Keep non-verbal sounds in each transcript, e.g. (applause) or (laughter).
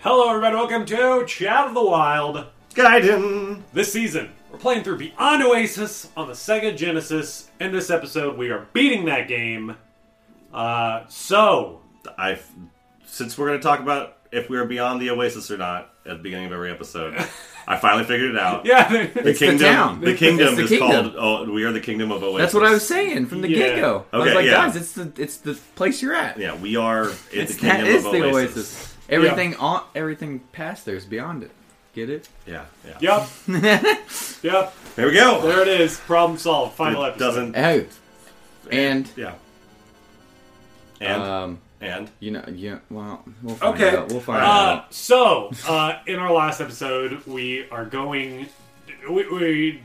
Hello, everybody. Welcome to Chat of the Wild. Gaiden. This season, we're playing through Beyond Oasis on the Sega Genesis. In this episode, we are beating that game. Uh, so (laughs) I, since we're going to talk about if we are beyond the Oasis or not at the beginning of every (laughs) episode, I finally figured it out. yeah, the it's, kingdom. town. the kingdom It's the is kingdom. called. Oh, we are the kingdom of Oasis. That's what I was saying from the Yeah. get go. I was Okay, like, yeah. guys, it's the it's the place you're at. Yeah, we are in the It's, kingdom that is of the Oasis. oasis. Everything on everything past there is beyond it. Get it? Yeah, yeah. yep, yep. Here we go. There it is. Problem solved. Final It episode. doesn't. Oh, and Yeah. And um, and you know, yeah. Well, we'll find Okay. out. We'll find Uh, out. so, uh, in our last episode, we are going. We, we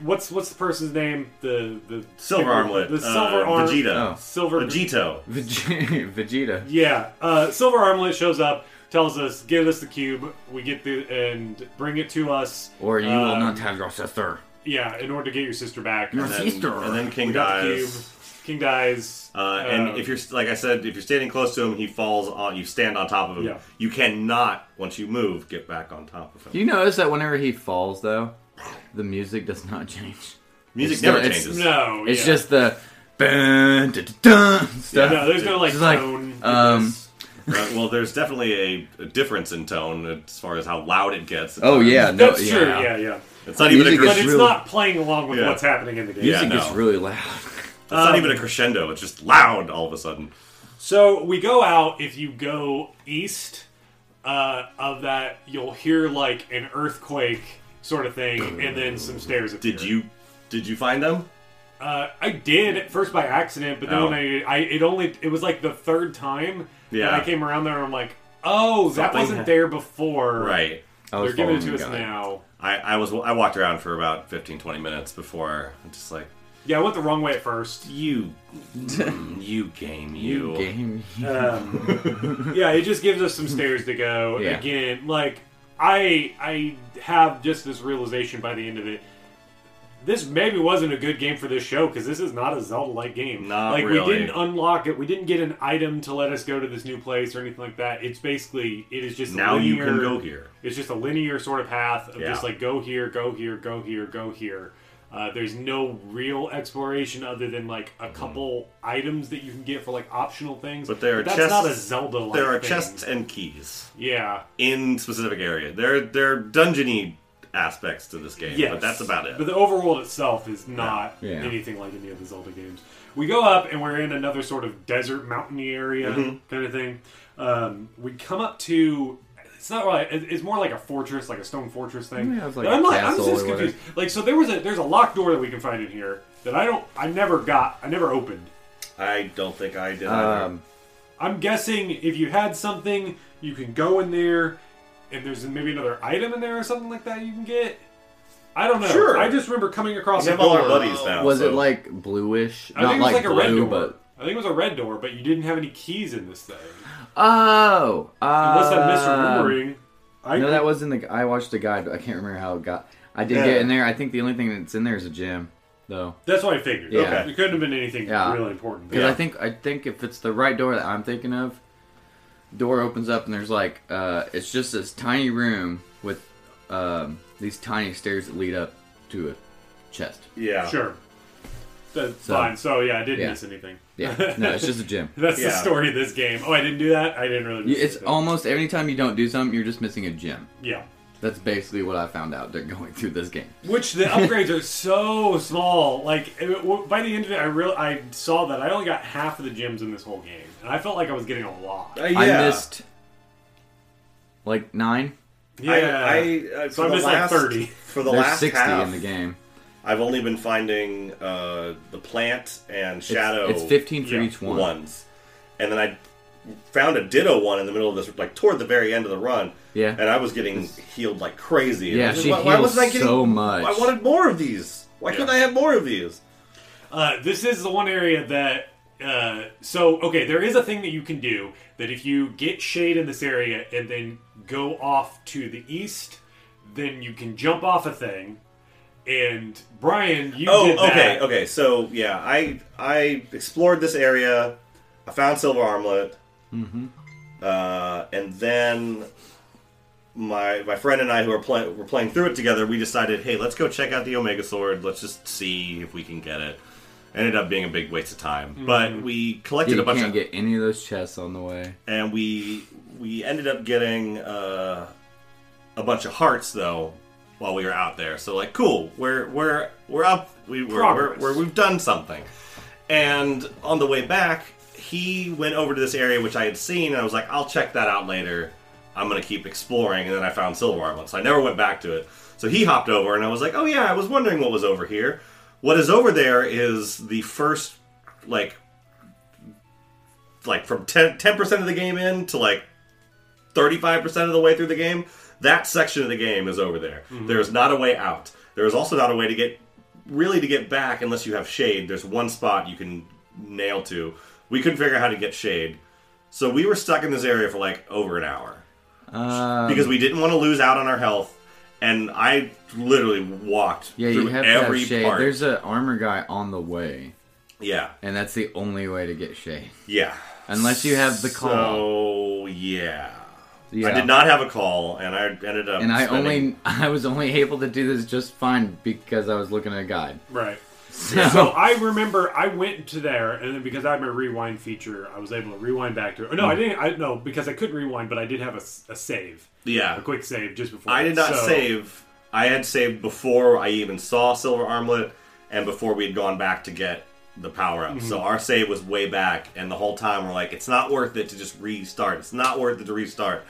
what's what's the person's name? The the silver armlet. The silver uh, arm. Vegeta. Oh. Silver Vegito. Veg- Vegeta. (laughs) Yeah, uh, Silver Armlet shows up, tells us, "Give us the cube. We get the and bring it to us." Or you will Um, not have your sister. Yeah, in order to get your sister back. Your And then And, sister. and then King we got the cube. dies. King dies. Uh, Um, and if you're like I said, if you're standing close to him, he falls on. You stand on top of him. Yeah. You cannot, once you move, get back on top of him. Do you notice that whenever he falls, though, the music does not (laughs) change. Music It's never still- it's- changes. (laughs) no, It's Oh, yeah. just the dun, dun, dun, dun stuff. no. There's no like It's like, tone. to um, this. Uh, well, there's definitely a, a difference in tone as far as how loud it gets. oh yeah, uh, no, that's true. Yeah, yeah. it's not even a Music cres- But is it's really- not playing along with Yeah. what's happening in the game. Yeah. Music no. is really loud. (laughs) it's um, not even a crescendo. It's just loud all of a sudden. So we go out. If you go east uh, of that, you'll hear like an earthquake sort of thing, and then some stairs. Appear. Did you did you find them? Uh, I did at first by accident, but then Oh. when I, I it only it was like the third time Yeah. that I came around there. and I'm like, oh, that Something- wasn't there before. Right. I they're was giving it to following us the guy. now. I, I was I walked around for about 15, 20 minutes before I'm just like Yeah, I went the wrong way at first. (laughs) you mm, you game you, Game. yeah, it just gives us some stairs to go. (laughs) Yeah. Again, like I I have just this realization by the end of it. This maybe wasn't a good game for this show because this is not a Zelda-like game. Not like we really. didn't unlock it. We didn't get an item to let us go to this new place or anything like that. It's basically it is just a Now you can linear- go here. It's just a linear sort of path of Yeah. just like go here, go here, go here, go here. Uh, there's no real exploration other than like a couple items that you can get for like optional things. Mm-hmm. But there are that's chests. not a Zelda. like there are chests and keys Yeah. in specific area. There there are dungeony aspects to this game, Yes. but that's about it. But the overworld itself is not Yeah. Yeah. anything like any of the Zelda games. We go up and we're in another sort of desert mountainy area Mm-hmm. kind of thing. Um, we come up to. It's not really. it- It's more like a fortress, like a stone fortress thing. Yeah, it's like I'm, a like, I'm castle just or whatever. confused. Like, so there was a there's a locked door that we can find in here that I don't. I never got. I never opened. I don't think I did. either. Um, I'm guessing if you had something, you can go in there, and there's maybe another item in there or something like that you can get. I don't know. Sure. I just remember coming across We a have all door. our buddies now. was it so- like bluish? I Not think it was like, a red door. blue, but I think it was a red door, but you didn't have any keys in this thing. oh, Unless I'm uh, misremembering. I No, that wasn't the. I watched the guide, but I can't remember how it got. I did Yeah. get in there. I think the only thing that's in there is a gym, though, That's what I figured. Yeah. Okay. It couldn't have been anything Yeah. really important. because Yeah. I think I think if it's the right door that I'm thinking of, door opens up and there's like uh, it's just this tiny room with um, these tiny stairs that lead up to a chest. yeah, Sure. That's So- fine. So yeah, I didn't Yeah. miss anything. (laughs) Yeah, no, it's just a gym. That's the Yeah. story of this game. Oh, I didn't do that. I didn't really. You- Miss It's anything. almost every time you don't do something, you're just missing a gym. yeah. That's basically what I found out during (laughs) going through this game. Which the upgrades are so small. Like it- w- by the end of it, I real I saw that I only got half of the gems in this whole game, and I felt like I was getting a lot. Uh, yeah. I missed like nine. Yeah, I, I, I, so for I the missed last, like thirty. uh, For the There's last sixty half, in the game. I've only been finding uh, the plant and shadow. It's 15 for Yeah, each one. ones, and then I found a ditto one in the middle of this, like toward the very end of the run. Yeah. and I was getting healed like crazy. And Yeah, I was like, she why, why heals wasn't I getting, so much. I wanted more of these. Why couldn't Yeah. I have more of these? Uh, this is the one area that. Uh, so okay, there is a thing that you can do that if you get shade in this area and then go off to the east, then you can jump off a thing. And Brian, you Oh, did that. okay, okay. So yeah, I I explored this area. I found silver armlet, mm-hmm. uh, and then my my friend and I, who are playing were playing through it together, we decided, hey, let's go check out the Omega Sword. Let's just see if we can get it. Ended up being a big waste of time, Mm-hmm. but we collected You a bunch can't of get any of those chests on the way. and we we ended up getting uh, a bunch of hearts though while we were out there. So like, cool, we're we're we're up, we we're, we're, Progress. we're we've done something. And on the way back, he went over to this area which I had seen, and I was like, I'll check that out later. I'm gonna keep exploring, and then I found silver armlet, so I never went back to it. So he hopped over, and I was like, oh yeah, I was wondering what was over here. What is over there is the first like like from 10 percent of the game in to like thirty five percent of the way through the game. That section of the game is over there. There is not a way out. There is also not a way to get really to get back unless you have shade. There's one spot you can nail to. We couldn't figure out how to get shade, so we were stuck in this area for like over an hour Uh, because we didn't want to lose out on our health. And I literally walked yeah, through you have to have every shade. part. There's an armor guy on the way, Yeah, and that's the only way to get shade. yeah. Unless you have the call. So yeah. yeah. I did not have a call, and I ended up. And I spending- only (laughs) I was only able to do this just fine because I was looking at a guide. Right. So, So I remember I went to there, and then because I had my rewind feature, I was able to rewind back to. It. Oh, No, I didn't. I no, because I couldn't rewind, but I did have a, s- a save, a yeah. quick save just before. I did not So- save. I had saved before I even saw Silver Armlet, and before we had gone back to get the power up. Mhm. So our save was way back, and the whole time we're like, it's not worth it to just restart. It's not worth it to restart.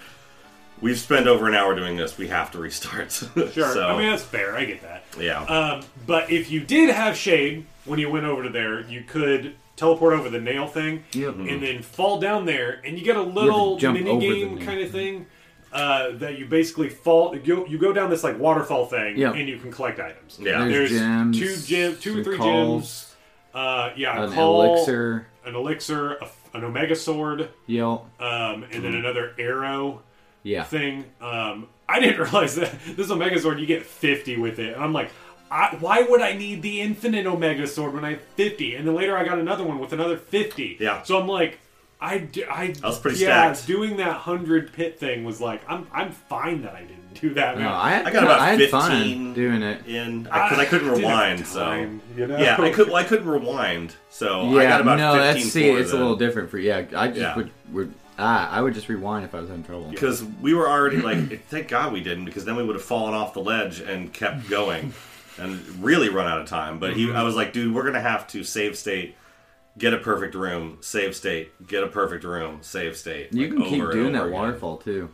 We've spent over an hour doing this. We have to restart. (laughs) Sure. so, I mean that's fair. I get that. yeah. Um, but if you did have shade when you went over to there, you could teleport over the nail thing Yep. and then fall down there, and you get a little jump mini over the game nail kind of thing uh, that you basically fall. You go, you go down this like waterfall thing, Yep. and you can collect items. Yeah. there's, There's gems, two gem, two or some three gems. calls, Uh, yeah, a an call, elixir, an elixir, a f an omega sword, yelp. um, and Hmm. then another arrow Yeah, thing. Um, I didn't (laughs) realize that this Omega Sword you get fifty with it, and I'm like, I, why would I need the infinite Omega Sword when I have fifty? And then later I got another one with another fifty. Yeah. So I'm like, I, d- I, That was pretty yeah, stacked. Doing that hundred pit thing was like, I'm I'm fine that I didn't do that. no, man. I had, I got about I had 15 fun doing it. in because (laughs) I, couldn't didn't have rewind, so Ah, (laughs) time, you know? yeah, I could. Well, I couldn't rewind, so Yeah, I got about no, 15 that's see, for it's a the- little different for yeah. I just Yeah. would would ah, I would just rewind if I was in trouble. because we were already like, (clears throat) thank God we didn't, because then we would have fallen off the ledge and kept going, and really run out of time. But he, Mm-hmm. I was like, dude, we're gonna have to save state, get a perfect room, save state, get a perfect room, save state. You like, can keep over and doing that over again. waterfall too.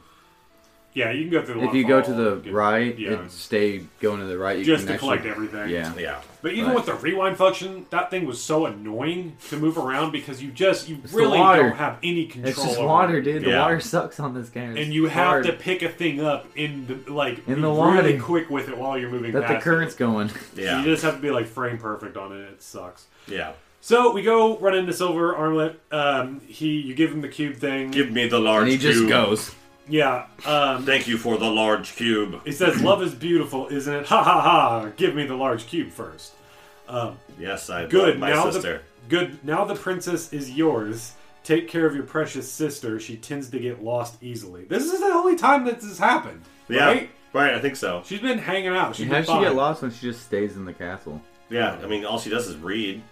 yeah, you can go through. The If you go to waterfall, the get- right, yeah, it stay going to the right. You just can to actually- collect everything. Yeah, Yeah, But even Right. with the rewind function, that thing was so annoying to move around because you just you It's the really water. don't have any control. it's just over water, it. dude. The Yeah. water sucks on this game. It's And you have hard to pick a thing up in the like In be the really water. quick with it while you're moving. that the past current's It. going. yeah, You just have to be like frame perfect on it. It sucks. yeah. So we go run into Silver Armlet. Um, he, you give him the cube thing. Give me the large. and he just cube. goes. yeah. Um, Thank you for the large cube. he says, "Love is beautiful, isn't it?" Ha ha ha! Give me the large cube first. Yes, I Good. love my now sister. the good. Now the princess is yours. Take care of your precious sister. She tends to get lost easily. This is the only time that this has happened. yeah, Right? right. I think so. She's been hanging out. She's How been does she get fine. lost when she just stays in the castle? Yeah, I mean, all she does is read.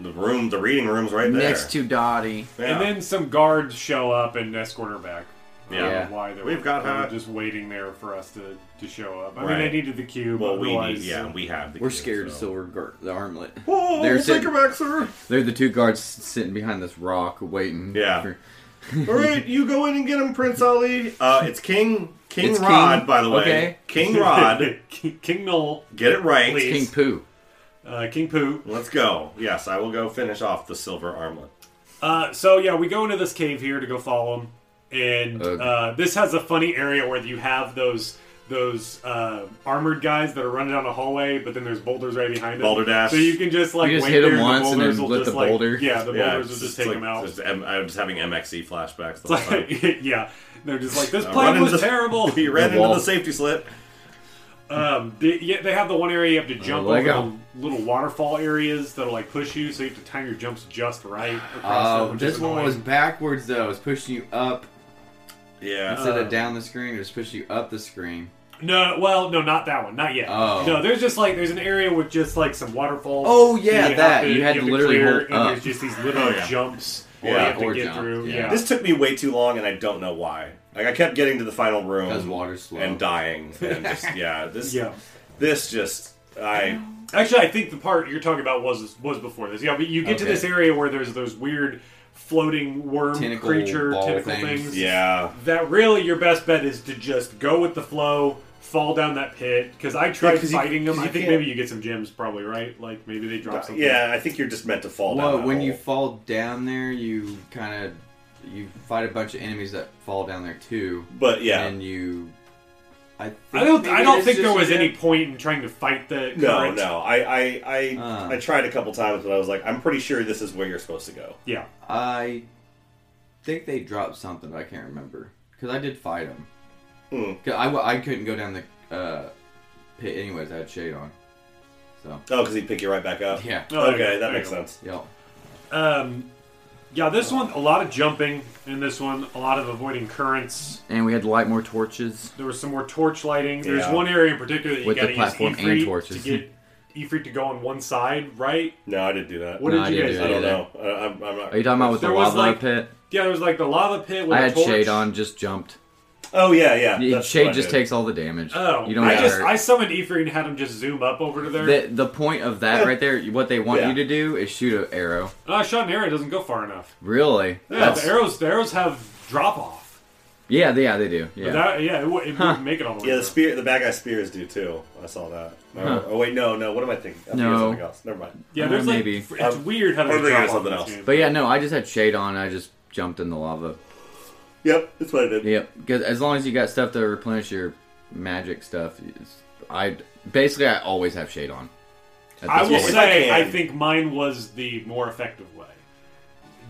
The room, the reading room's right there. Next to Dottie. Yeah. And then some guards show up and escort her back. I don't Yeah. know why they We've were- got they were her. just waiting there for us to, to show up. I Right. mean, they needed the cube. well, we need, otherwise- yeah, we have. The We're cube, scared of so. Silver Gar- the Armlet. Oh, They're we'll take sitting- her back, sir. They're the two guards sitting behind this rock waiting. Yeah. for- All right, you go in and get him, Prince Ali. Uh, it's King King It's King- Rod, by the way. okay. King Rod. King, (laughs) King Noel, Get it right. Please. King Poo. uh, King Pooh. Let's go. Yes, I will go finish off the silver armlet. Uh, so yeah, we go into this cave here to go follow him, and Okay. uh, this has a funny area where you have those those uh, armored guys that are running down a hallway, but then there's boulders right behind them. Balderdash. So you can just like You just wait hit 'em there, once the and then boulders will let just, the like, boulder- Yeah, the yeah, boulders will it's just take like- them out. just M- I'm just having MXE flashbacks. The whole (laughs) It's time. like, yeah, they're just like this Uh, plan run was into the- (laughs) terrible. He ran The into wall. the safety slip. Um, they, yeah, they have the one area you have Uh, to jump over Lego. the little waterfall areas that'll like push you, so you have to time your jumps just right. Across Oh, them, which this is one annoying. was backwards though. It was pushing you up Yeah. instead Uh. of down the screen. It was pushing you up the screen. no, well, no, not that one, not yet. Oh. No, there's just like there's an area with just like some waterfalls. Oh, yeah, have that. You had have to literally clear, hold and up. There's just these little Oh, yeah. jumps Yeah, you have to or get jump, through. yeah. Yeah, This took me way too long, and I don't know why. Like I kept getting to the final room 'Cause water's slow. and dying, and (laughs) just yeah, this Yeah. this just I Actually, I think the part you're talking about was was before this. Yeah, but you get to Okay. this area where there's those weird floating worm Tentacle creature ball tentacle things. things. yeah. That really your best bet is to just go with the flow, fall down that pit. Because I tried 'cause you- fighting them. 'cause I you think can't- maybe you get some gems, probably right. Like maybe they drop something. Yeah, I think you're just meant to fall down. Well, that when you hole. fall down there, you kind of you fight a bunch of enemies that fall down there too. But yeah. and you. I, think I don't. maybe I don't it's think just there a was gem. any point in trying to fight the. no, current. no, I I I, Uh. I tried a couple times, but I was like, I'm pretty sure this is where you're supposed to go. Yeah. I think they dropped something, but I can't remember because I did fight them. Hmm. I, w- I couldn't go down the uh, pit anyways. I had shade on, so Oh, because he'd pick you right back up. yeah, No, Oh, there you okay, go, that there makes you go. sense. yeah. Um, yeah. This one, a lot of jumping in this one. A lot of avoiding currents. And we had to light more torches. There was some more torch lighting. There's Yeah. one area in particular that you With the got to use platform and Ifrit torches. to get Ifrit to go on one side, right? No, I didn't do that. What No, did you I guys didn't I do don't either. know. I, I'm, I'm not. Are you talking about with There the was, lava like- pit? Yeah, there was like the lava pit with I a had torch. shade on, just jumped. Oh yeah, yeah. Yeah, that's what shade I just did. takes all the damage. Oh, you don't I get just hurt. I summoned Ifrit and had him just zoom up over to there. The, the point of that right there, what they want Yeah. you to do is shoot an arrow. oh, I shot an arrow. It doesn't go far enough. Really? Yeah, That's- the arrows the arrows have drop off. yeah, they- yeah, they do. Yeah. Yeah, that, yeah, it, wou- it wouldn't make it all the way. Yeah, the through. spear, the bad guy spears do too. I saw that. Oh, oh, wait, no, no. What am I thinking? I'm thinking No. of something else. Never mind. yeah, Uh, there's like maybe. fr- it's weird how there's I'm thinking drop of off something in this else. game. but yeah, no, I just had shade on. I just jumped in the lava. Yep, that's what I did. Yep. Because as long as you got stuff to replenish your magic stuff, it's- I basically I always have shade on. at I this will point. If I say, I can. think mine was the more effective way.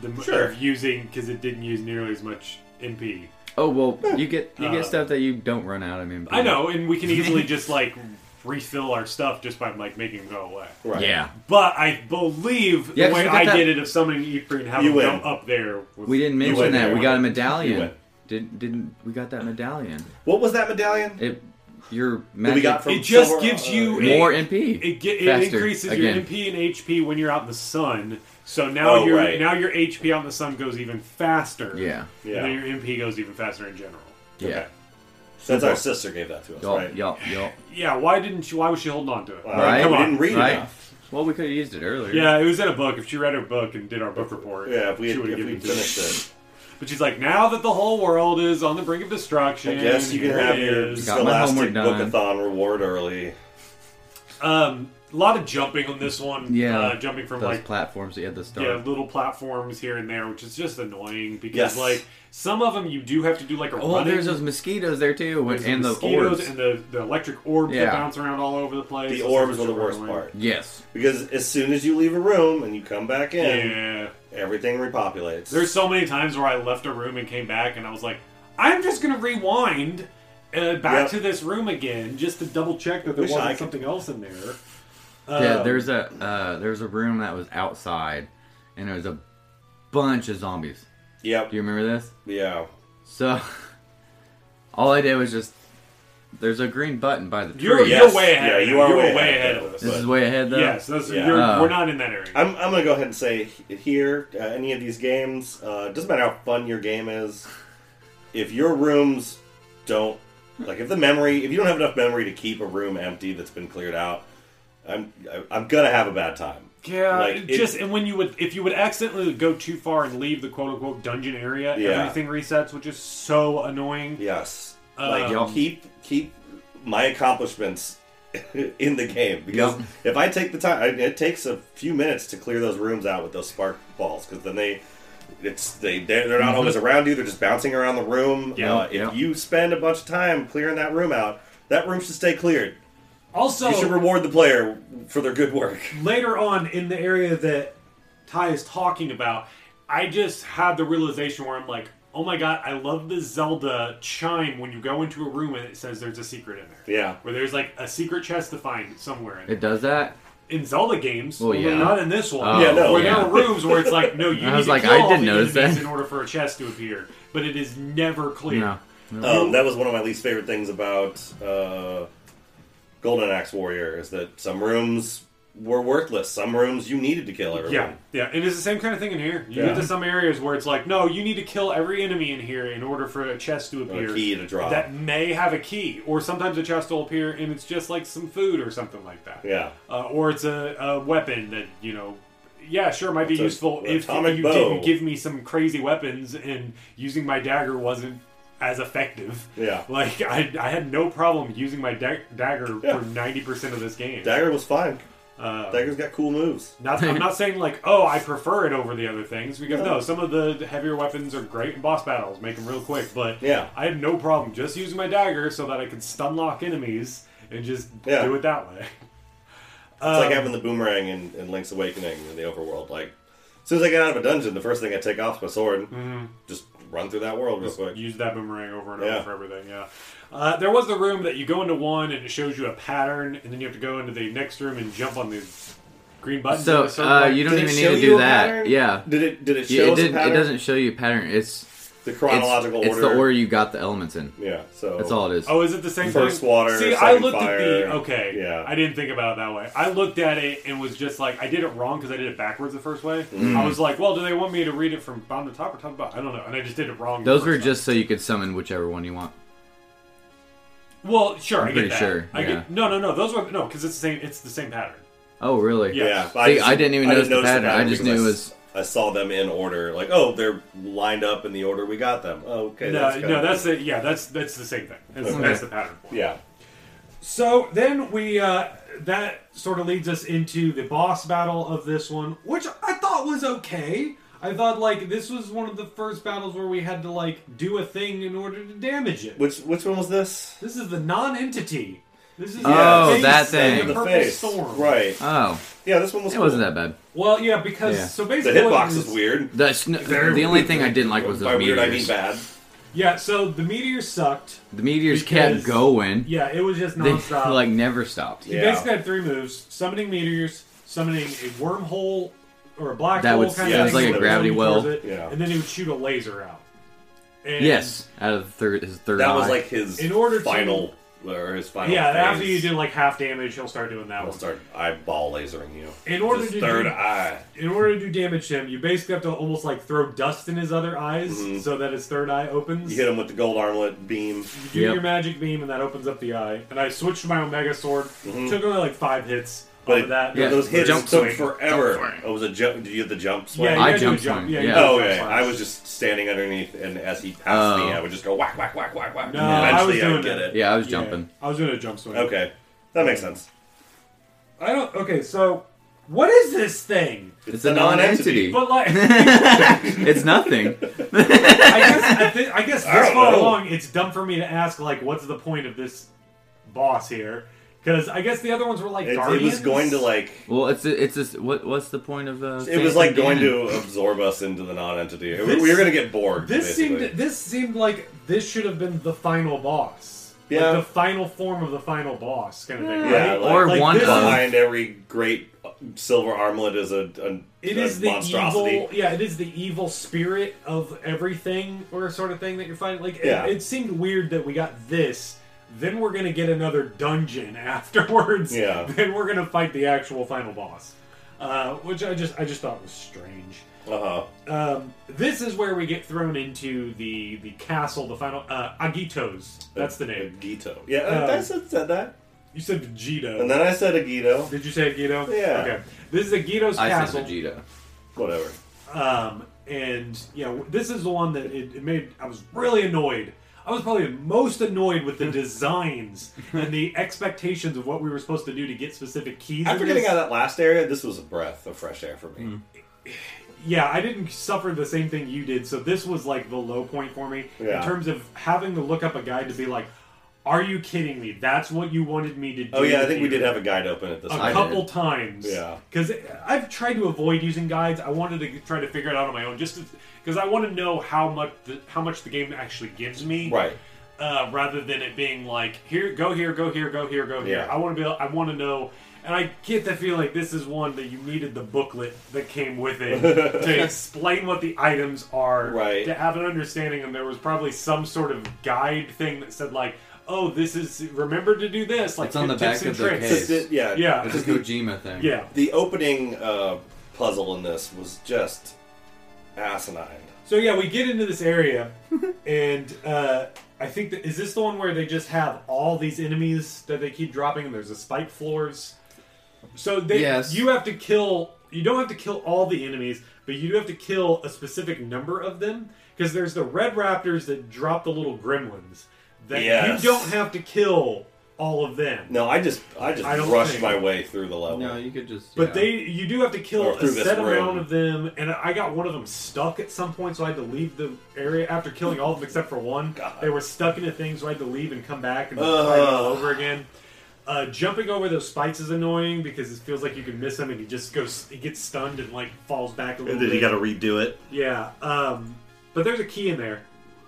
The m- Sure. of using because it didn't use nearly as much MP. Oh well, you get you Uh, get stuff that you don't run out. I mean, I know, and we can (laughs) easily just like refill our stuff just by like making them go away. Right. Yeah, But I believe Yeah, the 'cause way we got I that- did it of summoning Ifrit and having You him win. go up there. Was, we didn't mention went that. there. We got a You medallion. went. Did didn't we got that medallion? What was that medallion? It your That magic we got from It just Silver- gives you uh, a- more MP. It, ge- it Faster, increases your again. MP and HP when you're out in the sun. So now Oh, your right. now your HP out in the sun goes even faster. Yeah. Yeah. And then your MP goes even faster in general. Yeah. Okay. Since our sister gave that to us, Y'all, right? y'all, y'all. Yeah. Why didn't she? Why was she holding on to it? Wow, Right. We Uh, Come didn't on. read Right. enough. Well, we could have used it earlier. Yeah, it was in a book. If she read her book and did our book report, Yeah, if we she had, would if have we given would it to us. finished it. But she's like, now that the whole world is on the brink of destruction, I guess you can here have it your is. Got my Scholastic homework done. Bookathon reward early. Um, a lot of jumping on this one. Yeah. uh, jumping from Those like platforms that you had to start. yeah little platforms here and there, which is just annoying because Yes. like some of them you do have to do like a Oh, running. there's those mosquitoes there too, there's with, and the mosquitoes orbs. and the, the electric orbs that Yeah. bounce around all over the place. The It's orbs just were the worst annoying. part yes. because as soon as you leave a room and you come back in, Yeah, everything repopulates. there's so many times where I left a room and came back and I was like, I'm just gonna rewind. Uh, back Yep. to this room again, just to double check that there Wish I wasn't could- something else in there. Oh. yeah, there's a uh, there's a room that was outside, and there was a bunch of zombies. yep, Do you remember this? yeah. So, (laughs) all I did was just there's a green button by the tree. You're, Yes. you're way ahead. Yeah, of you us. are You're way way ahead ahead of of us. this is way ahead though. Yes, that's, Yeah. Uh. you're, Oh. we're not in that area. I'm, I'm gonna go ahead and say he- here, uh, any of these games, uh, doesn't matter how fun your game is, if your rooms don't, like if the memory, if you don't have enough memory to keep a room empty that's been cleared out, I'm I- I'm gonna have a bad time. Yeah, Like, it it- just and when you would if you would accidentally go too far and leave the quote unquote dungeon area, Yeah. everything resets, which is so annoying. Yes, like Um, y'all keep keep my accomplishments (laughs) in the game because Yeah. if I take the time, I, it takes a few minutes to clear those rooms out with those spark balls because then they. It's they they're, they're not always around you. They're just bouncing around the room. Yeah. Uh, if Mm-hmm. Yeah. you spend a bunch of time clearing that room out, that room should stay cleared. Also, You Oh. should reward the player for their good work. later on in the area that Ty is talking about, I just had the realization where I'm like, oh my god, I love the Zelda chime when you go into a room and it says there's a secret in there. Yeah. Where there's like a secret chest to find somewhere in, there. It does that. in Zelda games, Well, but yeah. not in this one. Oh, Yeah, no, Where yeah. there are rooms where it's like, (laughs) no, you I need was to like, kill I all didn't the notice enemies that. in order for a chest to appear, but it is never clear. No. Um, that was one of my least favorite things about uh, Golden Axe Warrior is that some rooms were worthless. Some rooms you needed to kill everyone. Yeah, yeah, and it's the same kind of thing in here. You Yeah. get to some areas where it's like, no, you need to kill every enemy in here in order for a chest to appear. key to drop. That may have a key, or sometimes a chest will appear and it's just like some food or something like that. Yeah. Uh, or it's a, a weapon that you know. Yeah, sure, might be It's a- useful if atomic you bow. didn't give me some crazy weapons and using my dagger wasn't as effective. Yeah. (laughs) Like I, I had no problem using my da- dagger Yeah. for ninety percent of this game. Dagger was fine. Uh, Dagger's got cool moves. Not, I'm not saying like, oh, I prefer it over the other things because no, some of the heavier weapons are great in boss battles, make them real quick. But Yeah. I have no problem just using my dagger so that I can stun lock enemies and just Yeah. do it that way. (laughs) It's like having the boomerang in, in Link's Awakening in the overworld. Like, as soon as I get out of a dungeon, the first thing I take off is my sword. Mm-hmm. Just run through that world real quick. Use that boomerang over and Yeah. over for everything. Yeah. Uh, there was the room that you go into one and it shows you a pattern, and then you have to go into the next room and jump on the green button. So uh, you don't Did it even need show to you do a that. pattern? Yeah. Did it? Did it show Yeah, it us a didn't. It pattern? doesn't show you a pattern. It's The it's, chronological it's order. the order you got the elements in. Yeah. So That's all it is. Oh, is it the same First thing? water, See, second I looked at fire. the okay. Yeah. I didn't think about it that way. I looked at it and was just like, I did it wrong because I did it backwards the first way. Mm. I was like, well, do they want me to read it from bottom to top or top to bottom? I don't know, and I just did it wrong. the Those were first time. just so you could summon whichever one you want. Well, sure, i get pretty that. sure, I yeah. get no, no, no. Those were no, because it's the same. It's the same pattern. Oh, really? Yeah. Yeah, See, I didn't even notice the pattern. I just because knew it s- I saw them in order. Like, oh, they're lined up in the order we got them. Oh, okay. no, kinda no, that's cool. the yeah, that's that's the same thing. That's, that's the pattern. Yeah. So then we uh, that sort of leads us into the boss battle of this one, which I thought was okay. I thought like this was one of the first battles where we had to like do a thing in order to damage it. Which which one was this? This is the non-entity. This is Oh, the face that of thing. The The purple face. storm. Right. Oh, yeah, this one was. it wasn't that bad. Well, yeah, because Yeah. so The basically what hitbox it is was- weird. The, sn- Very the only weird. thing I didn't like was By those weird, meteors. I mean bad. Yeah, so the meteor sucked. The meteors Because- kept going. Yeah, it was just (laughs) They nonstop. (laughs) like never stopped. Yeah. He basically had three moves: summoning meteors, summoning a wormhole or a black That hole would- kind yeah, it of was thing, like a that would gravity zoom towards well. it, Yeah. and then he would shoot a laser out. And- Yes, out of the third, his third. That eye. was like his In order to- final or his final. Yeah, phase. after you do like half damage, he'll start doing that I'll one. Oh, start eyeball lasering you. In order His to third do- eye. In order to damage him, you basically have to almost like throw dust in his other eyes so that his third eye opens. Mm-hmm. You hit him with the gold armlet beam. do Yep. your magic beam, and that opens up the eye. And I switched to my Omega Sword. Took only like five hits. Mm-hmm. But off of that. Yeah. those hits Jump took swing. forever. Jump swing. Oh, it was a jump. Did you get the jump swing? Yeah, you I gotta do a jumped jump. one, Yeah, you yeah. gotta do Oh, a jump okay. slash. I was just standing underneath, and as he passed me, Oh. I would just go whack, whack, whack, whack, whack. No, and I was eventually doing would get that. it. yeah, I was Yeah, jumping. I was doing a jump swing. Okay, that makes sense. I don't. Okay, so what is this thing? It's, a a non-entity. non-entity. But like, I (laughs) it's nothing. guess I, thi- I guess I this don't far know. along, it's dumb for me to ask like, what's the point of this boss here? Because I guess the other ones were like It, it guardians. was going to like. Well, it's it's this. What what's the point of uh? It was like going to absorb us into the non-entity. We- This- we were going to get bored. This basically. seemed. This seemed like this should have been the final boss. Like, Yeah. the final form of the final boss kind of thing. Yeah, right? like- or Like one this- of. behind every great uh, silver armlet is a, a, It a is the monstrosity. evil, yeah. It is the evil spirit of everything, or sort of thing that you're fighting. Like, it- Yeah. it, seemed weird that we got this. Then we're gonna get another dungeon (laughs) afterwards. Yeah. Then we're gonna fight the actual final boss, uh, which I just I just thought was strange. Uh-huh. Um, this is where we get thrown into the the castle, the final uh, Agito's. That's the name. Agito. Yeah, uh, Uh. I- I said, said that. You said Vegito. And then I said Agito. Did you say Agito? Yeah. Okay. This is Agito's I castle. said Vegeta. Whatever. Um, and yeah, w- this is the one that it, it made. I was really annoyed. I I was probably most annoyed with (laughs) the designs and the expectations of what we were supposed to do to get specific keys. After in getting this. out of that last area, this was a breath of fresh air for me. Mm. yeah, I didn't suffer the same thing you did, so this was like the low point for me Yeah. in terms of having to look up a guide to be like, "Are you kidding me? That's what you wanted me to do." Oh yeah, I think we here." did have a guide open at this. a point. couple times. Yeah. Because I've tried to avoid using guides. I wanted to try to figure it out on my own, just because I want to know how much the, how much the game actually gives me, Right. Uh, rather than it being like here, go here, go here, go here, go here. Yeah. I want to be. able- I want to know. And I get the feeling like this is one that you needed the booklet that came with (laughs) it to explain what the items are, Right. To have an understanding, and there was probably some sort of guide thing that said like, "Oh, this is remember to do this." Like It's on the tips back and of the tricks. case. Just it- yeah. Yeah. It's a Kojima thing. Yeah. The opening uh, puzzle in this was just asinine. So yeah, we get into this area, and uh, I think that is this the one where they just have all these enemies that they keep dropping, and there's a spike floors. So they, Yes. you have to kill. You don't have to kill all the enemies, but you do have to kill a specific number of them because there's the red raptors that drop the little gremlins. That Yes. you don't have to kill all of them. No, I just I just I don't rushed think- my way through the level. No, you could just. But yeah. they, you do have to kill Or a through this set room. amount of them, and I got one of them stuck at some point, so I had to leave the area after killing all of them except for one. God. They were stuck into things, so I had to leave and come back and fight all over again. Uh, jumping over those spikes is annoying because it feels like you can miss him, and he just goes, he gets stunned and like falls back a little bit. redo it. Yeah, um, but there's a key in there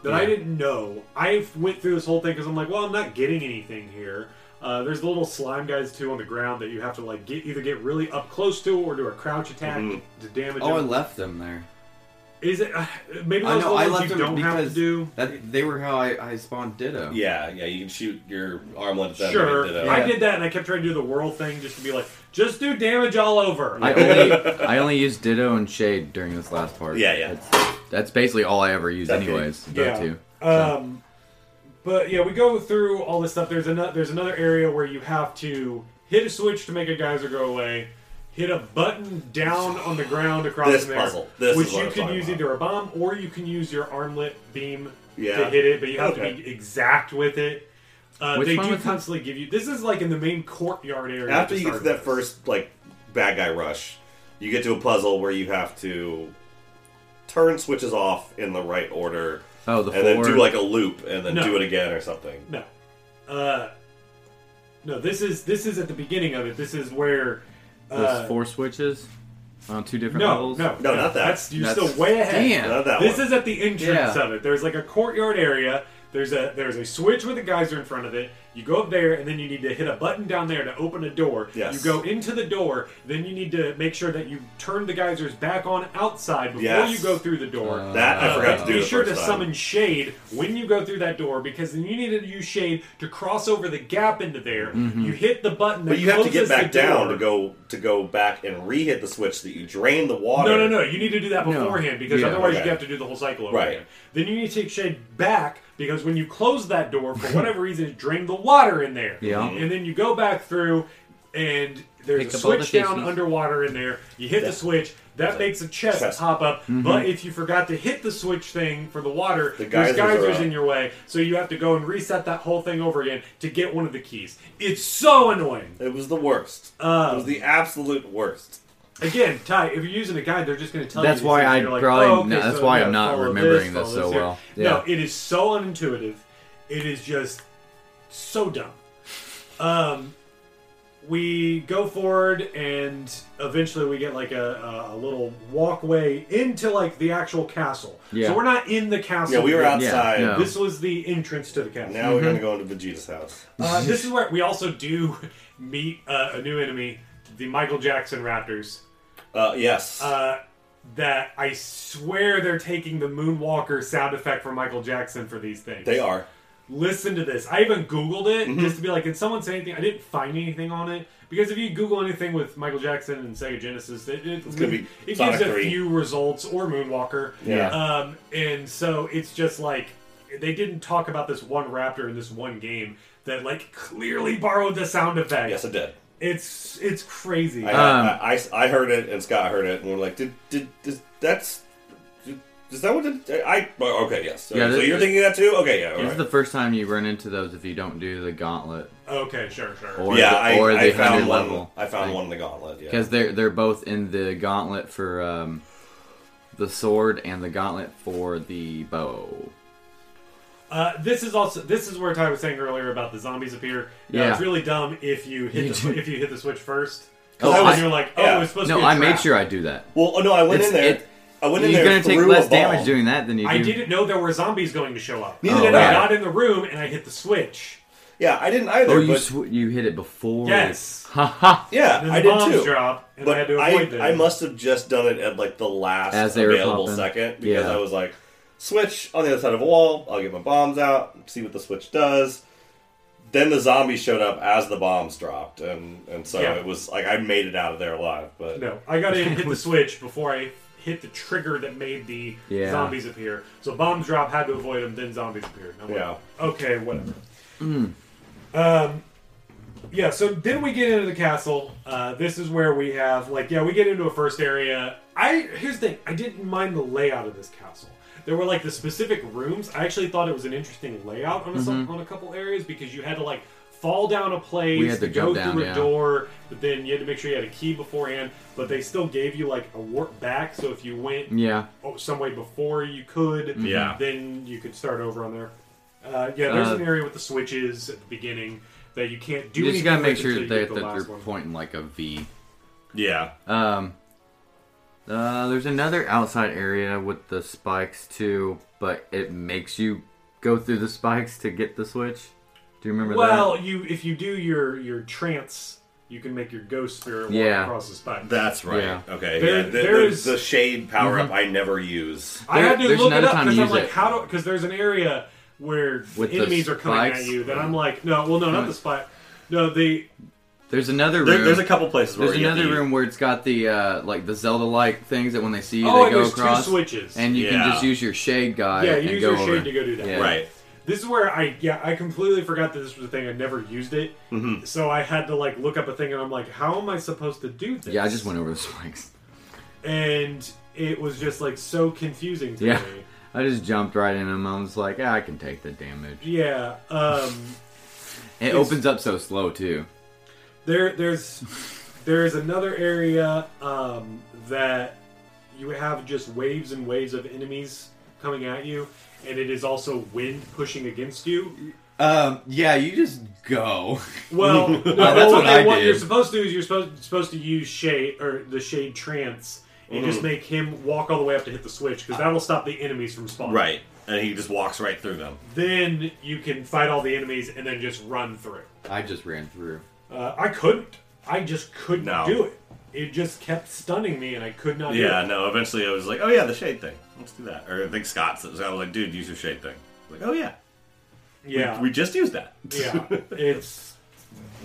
that I Yeah. didn't know. I went through this whole thing because I'm like, well, I'm not getting anything here. Uh, there's the little slime guys too on the ground that you have to like get either get really up close to or do a crouch attack to damage. Oh, I them. left them there. Is it uh, maybe I those know. are I the ones left you them don't because have to do? That, they were how I, I spawned Ditto. Yeah, yeah, you can shoot your armlet at them. Sure, and it, uh, I did that and I kept trying to do the whirl thing just to be like, just do damage all over. I only (laughs) I only used Ditto and Shade during this last part. Yeah, yeah. That's, that's basically all I ever use, That's good. anyways. Yeah. Yeah. Two. Um, but yeah, we go through all this stuff. There's another there's another area where you have to hit a switch to make a geyser go away, hit a button down on the ground across This there, puzzle. This which is what you I'm can talking use about. either a bomb or you can use your armlet beam to Yeah. hit it, but you have to Okay. be exact with it. Uh, Which they one do was that? constantly give you. This is like in the main courtyard area. After to you get to start that with. first like bad guy rush, you get to a puzzle where you have to turn switches off in the right order, Oh, the and then four. do like a loop, and then No. do it again or something. No. Uh, no, this is this is at the beginning of it. This is where Those uh, four switches on two different No, levels. no, No, not that. That's you're That's- still way ahead. Damn. Not that This one. is at the entrance Yeah. of it. There's like a courtyard area. There's a there's a switch with the geyser in front of it. You go up there, and then you need to hit a button down there to open a door. Yes. You go into the door, then you need to make sure that you turn the geysers back on outside before Yes. you go through the door. Uh, that I Uh, forgot to do. Be the sure to first time. summon shade when you go through that door because then you need to use shade to cross over the gap into there. Mm-hmm. You hit the button, that But you have to closes get back the down door. to go to go back and re-hit the switch that you drain the water. No, no, no. You need to do that No. beforehand because Yeah, otherwise okay. you have to do the whole cycle over Right. again. Then you need to take Shade back because when you close that door, for whatever (laughs) reason, it drained the water in there. Yeah. And then you go back through and there's Pick a up all the switch down fishies. underwater in there. You hit the switch. That makes a chest chest. Mm-hmm. pop up, but if you forgot to hit the switch thing for the water, The there's geysers are geysers up. in your way, so you have to go and reset that whole thing over again to get one of the keys. It's so annoying. It was the worst. Oh. it was the absolute worst. Again, Ty, if you're using a guide, they're just going to tell That's you. these why things, I you're like, probably- oh, okay, no, that's so why yeah, I'm not follow remembering this, this follow so here. well. No, Yeah. it is so unintuitive. It is just so dumb. Um, we go forward, and eventually we get like a, a little walkway into like the actual castle. Yeah. So we're not in the castle. Yeah, we were yet. outside. Yeah, no. This was the entrance to the castle. Now we're gonna go into Vegeta's house. Uh, this is where we also do (laughs) meet uh, a new enemy, the Michael Jackson Raptors Uh, yes. uh, that I swear they're taking the Moonwalker sound effect from Michael Jackson for these things. they are. Mm-hmm. Listen to this. I even Googled it just to be like, did someone say anything? I didn't find anything on it because if you Google anything with Michael Jackson and Sega Genesis, it, it, It's gonna be it Sonic gives a 3. few results or Moonwalker. Yeah. Um, and so it's just like they didn't talk about this one raptor in this one game that like clearly borrowed the sound effect. Yes, it did. It's it's crazy. I, Um, I, I, I heard it and Scott heard it and we're like, did did, did that's. Is that what the, I? oh, Okay, yes. Yeah, so this- you're thinking that too? Okay, yeah. all This right. is the first time you run into those if you don't do the gauntlet Okay, sure, sure. or yeah, the, I, or the I hundred found one. level. I found one in the gauntlet. Yeah. because they're they're both in the gauntlet for um, the sword and the gauntlet for the bow. Uh, this is also this is where Ty was saying earlier about the zombies appear. Yeah, Yeah. it's really dumb if you hit the, sw- if you hit the switch first. Oh, Because I- you're like, oh, yeah. it's supposed to No, be. a I made trap. sure I do that. Well, oh, no, I went It's- in there. it- I went in You're there. gonna take through less a ball. damage doing that than you do. I didn't know there were zombies going to show up. Neither Oh, did yeah. I. Not in the room, and I hit the switch. Yeah, I didn't either. Oh, you but sw- you hit it before. Yes. Ha ha. yeah, And then I the did bombs too. drop, and but I had to avoid them. I, must have just done it at like the last As they were available popping. second because Yeah. I was like, switch on the other side of a wall. I'll get my bombs out, see what the switch does. Then the zombies showed up as the bombs dropped, and and so Yeah. it was like I made it out of there alive. But No, I (laughs) got in and hit the switch before I hit the trigger that made the Yeah. zombies appear. So bombs drop, had to avoid them, then zombies appeared. And I'm like, Yeah. Okay, whatever. Hmm. Um, yeah, so then we get into the castle. Uh, this is where we have, like, yeah, we get into a first area. I Here's the thing I didn't mind the layout of this castle. There were, like, the specific rooms. I actually thought it was an interesting layout on a, some- on a couple areas because you had to, like, fall down a place, Mm-hmm. We had to go jump down, through a yeah. door door, but then you had to make sure you had a key beforehand. But they still gave you like a warp back, so if you went Yeah. oh, some way before you could, Yeah. then you could start over on there. Uh, yeah, there's Uh, an area with the switches at the beginning that you can't do. You just anything gotta make with sure until that, you they, get that the last you're one. pointing like a V. yeah, Um. Uh, there's another outside area with the spikes too, but it makes you go through the spikes to get the switch. Do you remember Well, you if you do your your trance, you can make your ghost spirit walk Yeah. across the spike. that's right. Yeah. Mm-hmm. Okay, There- yeah, the, there's- the, the shade power up I never use. I There- had to there's look it another up time to because I'm use like, it. how do? Because there's an area where With the enemies are coming at spikes? Hmm. you that I'm like, no, well, no, not the spike. No, the that? There's another room. There, there's a couple places where There's you have another to use- room where it's got the uh, like the Zelda-like things that when they see you, Oh, they and go there's two across. switches. and you Yeah. can just use your shade guy. Yeah, and you use go your over. shade to go do that. Yeah. right. This is where I yeah I completely forgot that this was a thing. I never used it, Mm-hmm. so I had to like look up a thing, and I'm like, how am I supposed to do this? Yeah, I just went over the spikes. (laughs) and it was just like so confusing to Yeah, me. I just jumped right in them. I was like, ah, I can take the damage. Yeah, um, It opens up so slow too. there there's there's another area um, that you have just waves and waves of enemies coming at you, and it is also wind pushing against you. Um, yeah, you just go. Well, no, that's what, what they I want did. you're supposed to do is you're supposed supposed to use shade or the shade trance and just make him walk all the way up to hit the switch because that'll stop the enemies from spawning. Right, and he just walks right through them. Then you can fight all the enemies and then just run through. (laughs) I just ran through. Uh, I couldn't. I just couldn't No. do it. It just kept stunning me and I could not. Yeah, Do it. no, eventually I was like, oh yeah, the shade thing. Let's do that. Or I think Scott said, I was like, dude, use your shade thing. Like, oh yeah. Yeah. We just used that. yeah. It's.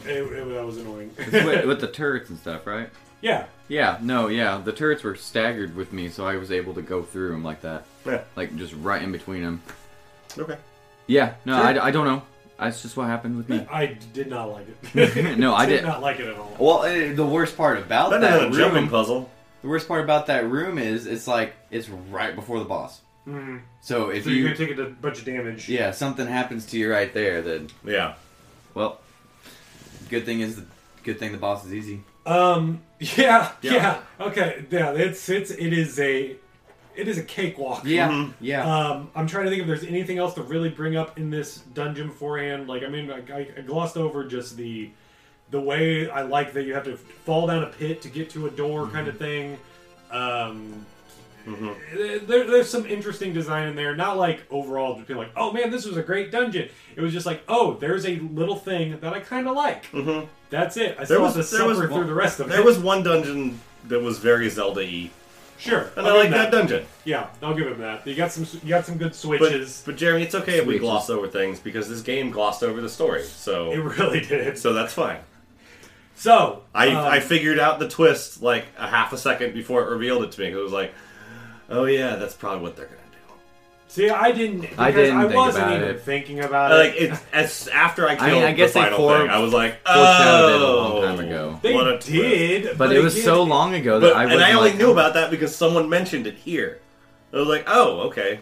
It, it- that was annoying. (laughs) with, with the turrets and stuff, right? yeah. Yeah, no, yeah. The turrets were staggered with me, so I was able to go through them like that, Yeah. like just right in between them. Okay. Yeah, no, I, I don't know. That's just what happened with me. I did not like it. (laughs) No, I did did- not like it at all. (laughs) Well, eh, the worst part about That that another room, jumping puzzle. the worst part about that room is it's like it's right before the boss. So if So you you're gonna take a bunch of damage. yeah something happens to you right there, then Yeah. well, good thing is the good thing the boss is easy. Um. Yeah, yeah. Yeah. Okay. Yeah. It's it's it is a it is a cakewalk. Yeah, yeah. Um. I'm trying to think if there's anything else to really bring up in this dungeon beforehand. Like I mean, I, I- I glossed over just the the way I like that you have to fall down a pit to get to a door Mm-hmm. kind of thing. Um. eh, There, there's some interesting design in there. Not like overall just being like, oh man, this was a great dungeon. It was just like, oh, there's a little thing that I kind of like. Mm-hmm. That's it. I still have to suffer through the rest of it. There was one dungeon that was very Zelda y. Sure, I'll And I give like him that dungeon. Yeah, I'll give him that. You got some, you got some good But, switches. but Jeremy, it's okay if we Switches. gloss over things because this game glossed over the story. it (laughs) So really did. So, so that's fine. so I, um, I figured out the twist like a half a second before it revealed it to me. It was like, oh yeah, that's probably what they're gonna do. see, I didn't. Because I didn't think wasn't about even it. thinking about I, it. like it's as after I killed mean, I guess the they final fore- thing, I was like, foreshadowed oh, it a long time ago. they what a twist. did, but, it was again, so long ago that But, I and I wasn't only like, knew about that because someone mentioned it here. I was like, oh, okay,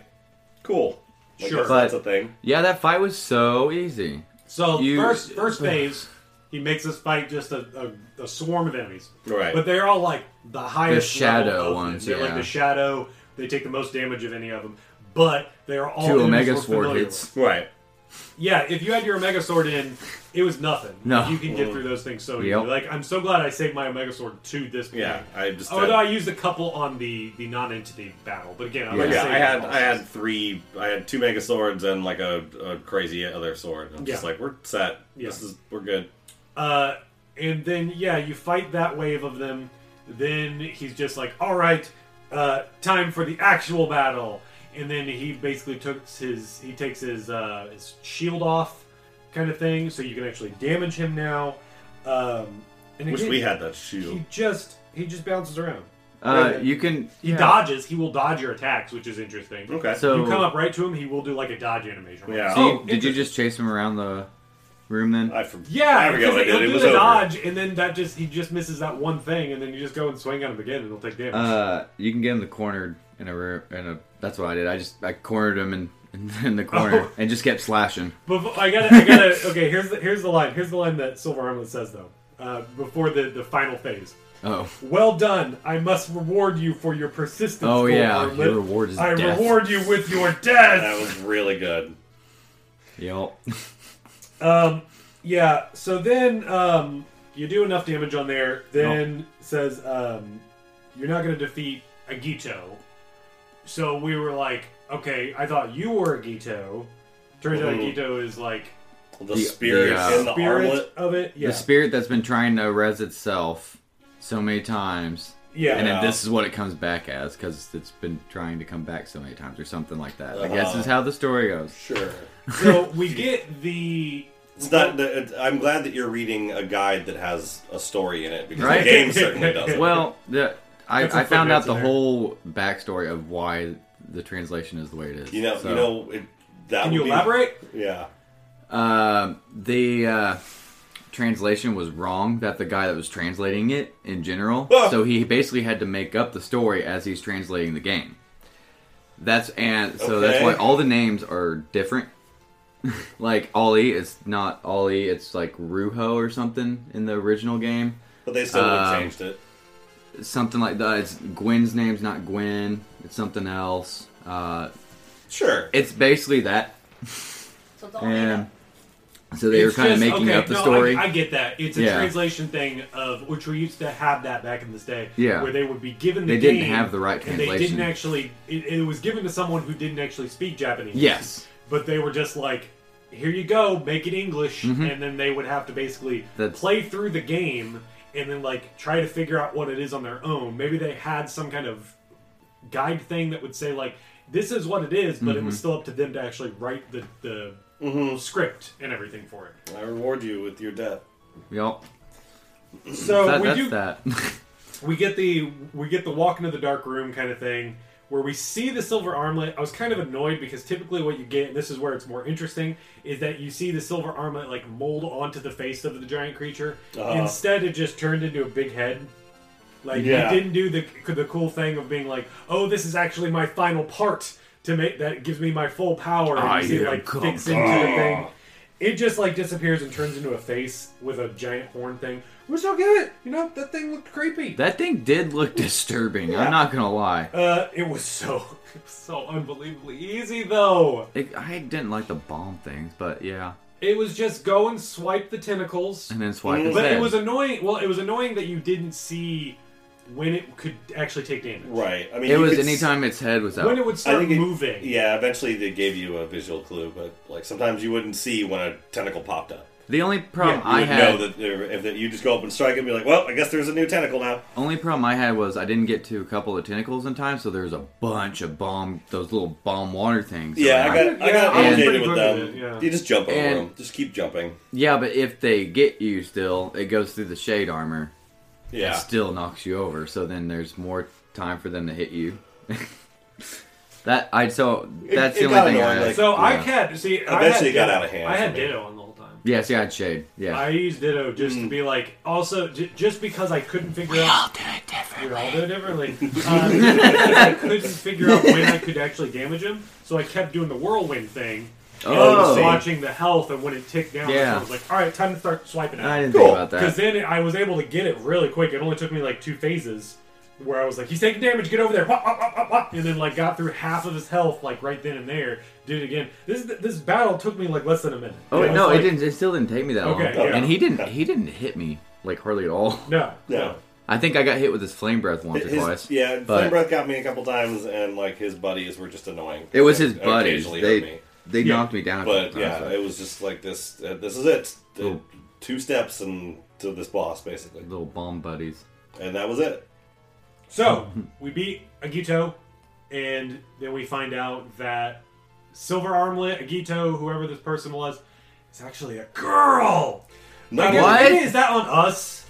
cool. Like, Sure. that's, But- that's a thing. Yeah, that fight was so easy. So You- first (laughs) first phase, he makes us fight just a, a, a swarm of enemies. Right. But they're all like the highest The shadow level of them. ones, They're like yeah. the shadow. They take the most damage of any of them. But they are all Two enemies Omega we're Sword familiar hits. with. Right. Yeah, if you had your Omega Sword in, it was nothing. No. you can get through those things so Yep. easily. Like I'm so glad I saved my Omega Sword to this point. Yeah. I just. Although I used a couple on the the non-entity battle, but again, I'm Yeah. like yeah, saving I had all I had those. three, I had two mega swords and like a, a crazy other sword. I'm just Yeah. like, we're set. Yeah. This is we're good. Uh, and then yeah, you fight that wave of them. Then he's just like, all right, uh, time for the actual battle. And then he basically took his he takes his uh, his shield off, kind of thing, so you can actually damage him now. Um, and Wish again, we had that He shield. just he just bounces around. Uh, you can. He yeah. dodges. He will dodge your attacks, which is interesting. Okay. So, you come up right to him, he will do like a dodge animation. Yeah. so you- Oh, did you just chase him around the room then? I forgot. Yeah, I forgot because what I he'll did. do It was the over. dodge, and then that just he just misses that one thing, and then you just go and swing at him again, and he'll take damage. Uh, you can get him the cornered in a room. In a that's what I did. I just I cornered him in (laughs) in the corner Oh. and just kept slashing. Before, I gotta, I gotta. (laughs) okay, here's the, here's the line. Here's the line that Silver Armlet says though, uh, before the the final phase. Oh, Well done. I must reward you for your persistence. Oh, Silver yeah, Armlet. your reward is I death." reward you with your death. That was really good. yep. Yeah. So then um, you do enough damage on there. Then says um, you're not going to defeat a Gito. So we were like, okay, I thought you were a Gito. Turns out a Mhm. Gito is like The, The- spirit the, uh, in the spirit armlet. of it. Yeah. The spirit that's been trying to res itself so many times, yeah. and Yeah. then this is what it comes back as because it's been trying to come back so many times or something like that. I guess is how the story goes. Sure. (laughs) so we get the It's not. The, it, I'm glad that you're reading a guide that has a story in it because Right. the (laughs) game certainly doesn't. Well, the, Got some I, I found out footnotes the in there. whole backstory of why the translation is the way it is. you know. So, You know. It, that Can would you be- elaborate? Yeah. um, the uh, translation was wrong. That the guy that was translating it in general, Ah. so he basically had to make up the story as he's translating the game. That's and so that's Okay. why all the names are different. (laughs) like Ollie, it's not Ollie. It's like Ruho or something in the original game. But they still would have Um, changed it. something like that. It's Gwen's name's not Gwen. It's something else. Uh, Sure. it's basically that, So don't and so they were kind of making up the no, story. I, I get that. It's a Yeah. translation thing of which we used to have that back in this day. Yeah. Where they would be given the They didn't game, have the right And they didn't translation. actually it, it was given to someone who didn't actually speak Japanese. yes, But they were just like, here you go, make it English and then they would have to basically Mm-hmm. That's- play through the game and then like try to figure out what it is on their own. Maybe they had some kind of guide thing that would say like this is what it is, but it Mm-hmm. was still up to them to actually write the, the script and everything for it. I reward you with your death. yep. So That, we that's do that. (laughs) we get the we get the walk into the dark room kind of thing where we see the silver armlet. I was kind of annoyed because typically what you get, and this is where it's more interesting, is that you see the silver armlet like mold onto the face of the giant creature. Instead, it just turned into a big head. Like Yeah. he didn't do the the cool thing of being like, oh, this is actually my final part to make that gives me my full power. And I you see it am like come fix into the thing. It just like disappears and turns into a face with a giant horn thing. Which I'll give it. You know that thing looked creepy. that thing did look (laughs) disturbing. I'm not gonna lie. Uh, it was so (laughs) it was so unbelievably easy though. It, I didn't like the bomb things, but yeah. It was just go and swipe the tentacles. And then swipe his But head. it was annoying. Well, it was annoying that you didn't see when it could actually take damage. Right. I mean, it you was could s- anytime its head was out. When it would start it- moving. Yeah, eventually they gave you a visual clue, but like sometimes you wouldn't see when a tentacle popped up. the only problem Yeah, You I would had, know that there, if that you just go up and strike it and be like, well, I guess there's a new tentacle now. only problem I had was I didn't get to a couple of tentacles in time, so there was a bunch of bomb, those little bomb water things. yeah, around. I got I got yeah, I'm inundated pretty with good them. with it, yeah. You just jump over And- them. Just keep jumping. Yeah, but if they get you still, it goes through the shade armor. It Yeah. still knocks you over, so then there's more time for them to hit you. (laughs) that I so that's it the got only thing I annoying, had. like- So I Yeah. had see. Eventually I had it got Ditto. out of hand I had for me. Ditto on the whole time. Yeah, see, I had shade. Yeah. Mm. I used Ditto just to be like. Also, j- just because I couldn't figure out. did it We're all doing it differently. Um, I couldn't figure out when I could actually damage him, so I kept doing the whirlwind thing. And I was Oh. watching the health and when it ticked down, that's when Yeah. I was like, all right, time to start swiping at I him. didn't Cool, think about Because that. then I was able to get it really quick. It only took me like two phases where I was like, he's taking damage, get over there, wah, wah, wah, wah, wah, and then like got through half of his health like right then and there. Did it again. This this battle took me like less than a minute. Oh It was no, like- it didn't. It still didn't take me that Okay, long. yeah. And he didn't. He didn't hit me like hardly at all. (laughs) No, No. I think I got hit with his flame breath once or His- twice. yeah, Flame but Breath got me a couple times, and like his buddies were just annoying. it was his They buddies. occasionally They hurt me. they Yeah. knocked me down. a But couple yeah, times, like, it was just like this. Uh, this is it. Uh, Cool. Two steps and to this boss, basically, little bomb buddies. and that was it. So we beat Agito, and then we find out that Silver Armlet, Agito, whoever this person was, is actually a girl. Not Maybe- What? maybe is that on us?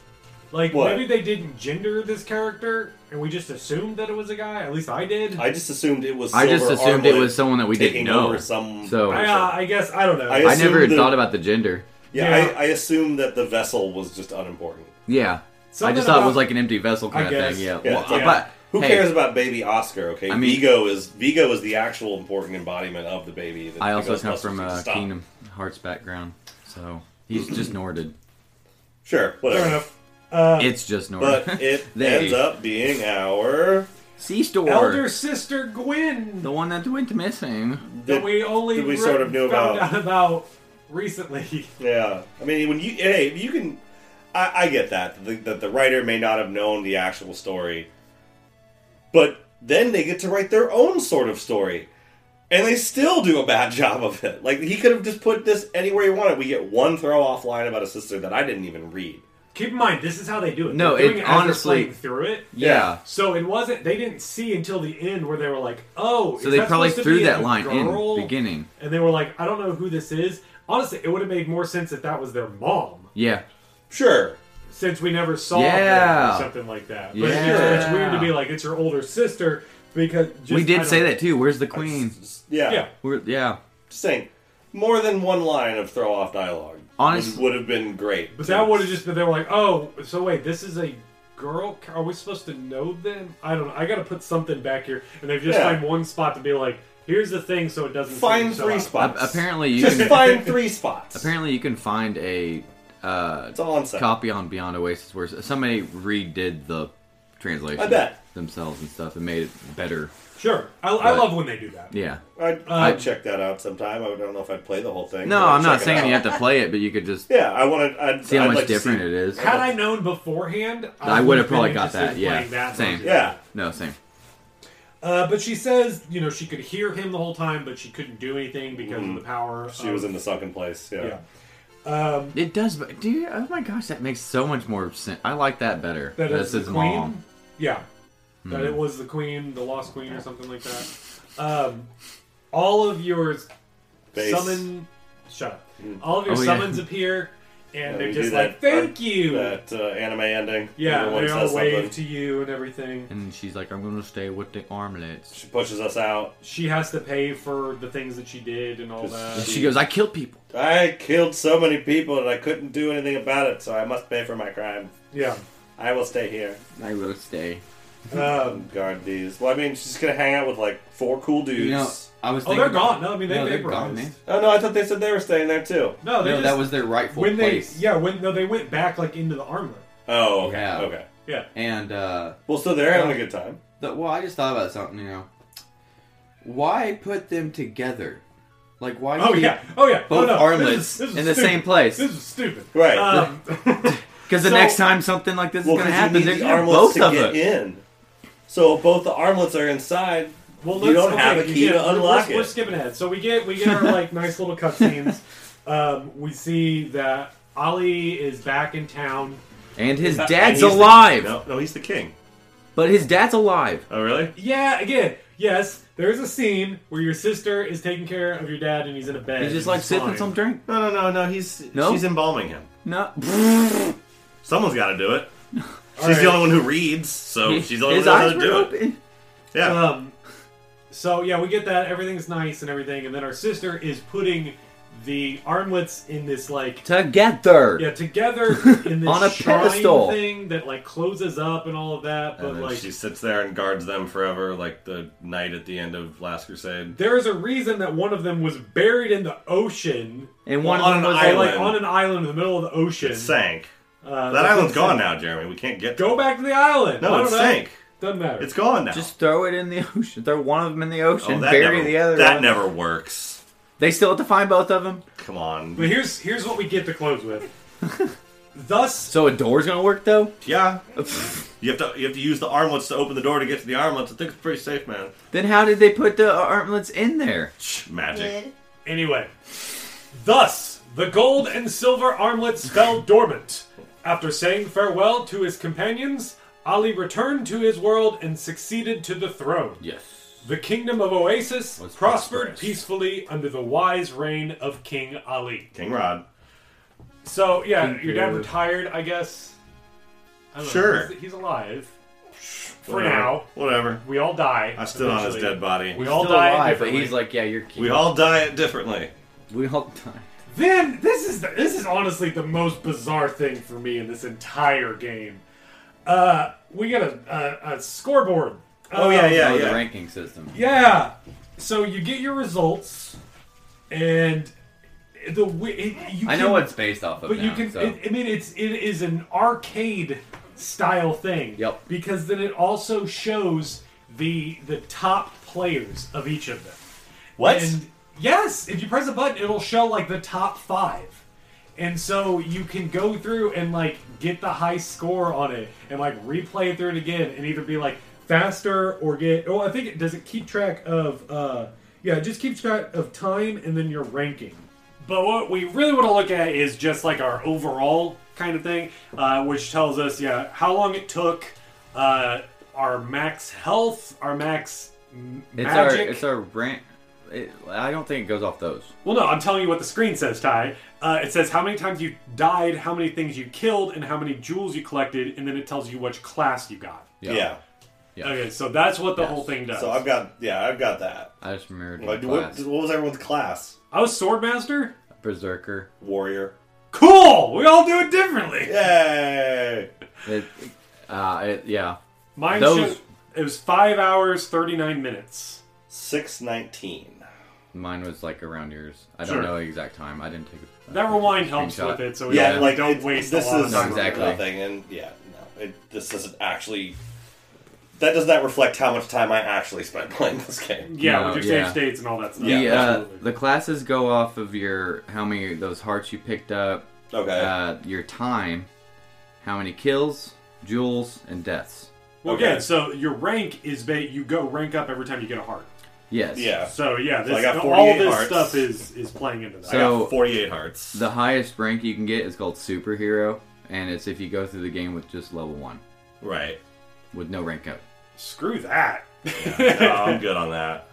Like What? maybe they didn't gender this character, and we just assumed that it was a guy. At least I did. I just assumed it was. I just Silver assumed it Armlet was someone that we didn't taking know. over some- so I, I, uh, I guess I don't know. I- assumed never that- thought about the gender. Yeah, Yeah. I, I assumed that the vessel was just unimportant. Yeah, I Something just thought it was about- like an empty vessel kind I of guess. thing. Yeah, Yeah. Well, Yeah. but Who hey, cares about baby Oscar? Okay, I mean- Vigo is Vigo is the actual important embodiment of the baby. That I the also come Ghostbusters from need to a stop. Kingdom Hearts background, so he's (clears throat) just Norded. Sure, whatever. Fair enough. It's just Norded. Uh, (laughs) But it They- ends up being our. Sea store, Elder Sister Gwyn the one that went missing. that we only that we re- sort of knew found about. out about recently. (laughs) Yeah, I mean, when you hey, you can, I, I get that the, that the writer may not have known the actual story, but then they get to write their own sort of story, and they still do a bad (laughs) job of it. Like he could have just put this anywhere he wanted. We get one throw off line about a sister that I didn't even read. Keep in mind, this is how they do it. No, They're doing it as they're honestly- playing through it. Yeah. So it wasn't. They didn't see until the end where they were like, "Oh." So is they that probably supposed to threw be a that line girl?" in beginning. and they were like, "I don't know who this is." Honestly, it would have made more sense if that was their mom, Yeah, Sure, since we never saw her Yeah. or something like that. But Yeah. it's, it's weird to be like, "It's her older sister," because just, we I did don't say know. that too. Where's the queen? yeah, Yeah. We're, yeah, Just saying, more than one line of throw off dialogue. Honest- would, would have been great. But that would have just been. They were like, "Oh, so wait, this is a." Girl, are we supposed to know them? I don't know. I gotta put something back here, and they've just Yeah. find one spot to be like, "Here's the thing," so it doesn't seem find so three out. spots. A- apparently you just can- find (laughs) three spots. apparently you can find a uh, it's all on set. copy on Beyond Oasis where somebody redid the translation I bet. themselves and stuff and made it better. Sure, I, I But- love when they do that. Yeah. I'd, I'd check that out sometime. I don't know if I'd play the whole thing. uh, No, but I'd I'm not check it saying you out. have to play it, but you could (laughs) just Yeah, I want to. I'd, see how I'd much like to different see- it is. Had I known beforehand, I would have been probably got interested that. in Yeah, playing that same. version. Yeah, No, same. Uh, but she says, you know, she could hear him the whole time, but she couldn't do anything because of the power. Mm. she of- was in the sunken place. Yeah. Yeah, um, It does, but dude, oh my gosh, that makes so much more sense. I like that better. that That's it's the his queen. mom. Yeah, that Hmm. it was the queen, the lost queen, or something like that. Um, all of your Face. summon, shut up. All of your Oh, yeah. summons appear, and Hmm. Yeah, they're we just do like, that- "Thank you." That uh, anime ending. yeah, Everyone they all says something. wave to you and everything. And she's like, I'm gonna stay with the armlets. She pushes us out. She has to pay for the things that she did and all that. And she goes, I kill people. I killed so many people and I couldn't do anything about it, so I must pay for my crime. Yeah. I will stay here I will stay. Um, and guard these. Well, I mean, she's gonna hang out with like four cool dudes. You know, I was. Oh, thinking they're about- gone. No, I mean, they they're vaporized. gone, man. oh no, I thought they said they were staying there too. No, they No, just, that was their rightful when place. they yeah when no they went back like into the armlet. Oh, okay, Yeah. okay. Yeah, And uh, Well, so they're having a good time. the, well, I just thought about something. You know, why put them together? Like, why? Oh keep yeah. Oh yeah. Both oh, no. armlets This is- this is in the stupid. same place. This is stupid. Right. Um, Because the So- next time something like this Well, is going because to you happen, need they're the gonna have armlets both to of get us. in. So if both the armlets are inside. well, you don't okay, have a key yeah, to we're- unlock we're, it. We're skipping ahead. So we get we get (laughs) our like nice little cutscenes. Um, we see that Ali is back in town. And his And dad's he's the- alive. no, no, he's the king. But his dad's alive. Oh, really? Yeah. Again. Yes. There is a scene where your sister is taking care of your dad, and he's in a bed. He's just like sipping fine. some drink. No, no, no, no. He's No? she's embalming him. No. Someone's got to do (laughs) it. She's right. the only one who reads, so she's the only his one who eyes knows how were to do it. open. Yeah. Um, so yeah, we get that everything's nice and everything, and then our sister is putting the armlets in this like Together. yeah (laughs) together in this On a shrine pedestal. thing that like closes up and all of that. But And then like she sits there and guards them forever, like the knight at the end of Last Crusade. there is a reason that one of them was buried in the ocean And one Well, of them on was an I, like, like Island. on an island in the middle of the ocean. It sank. Uh, that that's island's what it gone said. now, Jeremy. We can't get. Go back to the island. No, I it don't know. sank. Doesn't matter. It's gone now. just throw it in the ocean. Throw one of them in the ocean. Oh, that bury never- the other. That one. never works. They still have to find both of them. Come on. but here's here's what we get to close with. (laughs) Thus, So a door's gonna work though. Yeah. you have to you have to use the armlets to open the door to get to the armlets. I think it's pretty safe, man. Then how did they put the uh, armlets in there? Shh, magic. Anyway, thus the gold and silver armlets (laughs) fell dormant. After saying farewell to his companions, Ali returned to his world and succeeded to the throne. Yes. The kingdom of Oasis Was prospered prosperous. peacefully under the wise reign of King Ali. King Rod. So, yeah, King your dad David. retired, I guess. I don't know, Sure. He's, he's alive. For Whatever. now. Whatever. We all die. I stood on his eventually. dead body. We We, all Still die. alive, but differently. he's like, yeah, you're king. all die it differently. We all die. Then this is the, this is honestly the most bizarre thing for me in this entire game. Uh, we got a, a, a scoreboard. Um, Oh, yeah, yeah, oh, yeah. the ranking system. yeah. So you get your results, and the wi- it, you I can- know what it's based off of. but you now, can. So. It, I mean, it's it is an arcade style thing. Yep. Because then it also shows the the top players of each of them. What? And yes, if you press a button, it'll show like the top five. And so you can go through and like get the high score on it and like replay it through it again and either be like faster or get oh I think it does it keep track of uh yeah, it just keeps track of time and then your ranking. But what we really want to look at is just like our overall kind of thing, uh, which tells us, yeah, how long it took, uh, our max health, our max m- it's our magic. it's our rank. It, I don't think it goes off those. Well, no, I'm telling you what the screen says, Ty. Uh, it says how many times you died, how many things you killed, and how many jewels you collected, and then it tells you which class you got. Yeah. Yeah. Okay, so that's what the whole thing does. So I've got yeah, I've got that. I just remembered Like, the what, class. what was everyone's class? I was Swordmaster? Berserker. Warrior. Cool! We all do it differently! Yay! It, uh, it, yeah. Mine Those- should- it was 5 hours, 39 minutes. Six nineteen. Mine was like around yours. I Sure. don't know the exact time. I didn't take a, That rewind helps screenshot. with it, so we Yeah, don't, like don't it- waste this a lot is of No, time. exactly. nothing, and yeah, no, it, this doesn't actually. That does not reflect how much time I actually spent (laughs) playing this game. Yeah, No, with your save yeah. states and all that stuff. The uh, absolutely. the classes go off of your how many of those hearts you picked up, Okay. uh, your time, how many kills, jewels, and deaths. Well, again, okay. so your rank is ba- you go rank up every time you get a heart. Yes. yeah. So yeah, So I this, got all 48 this hearts. stuff is is playing into that. I So- got forty-eight hearts. The highest rank you can get is called superhero, and it's if you go through the game with just level one, (laughs) right. with no rank up. Screw that. No, Oh, I'm good on that.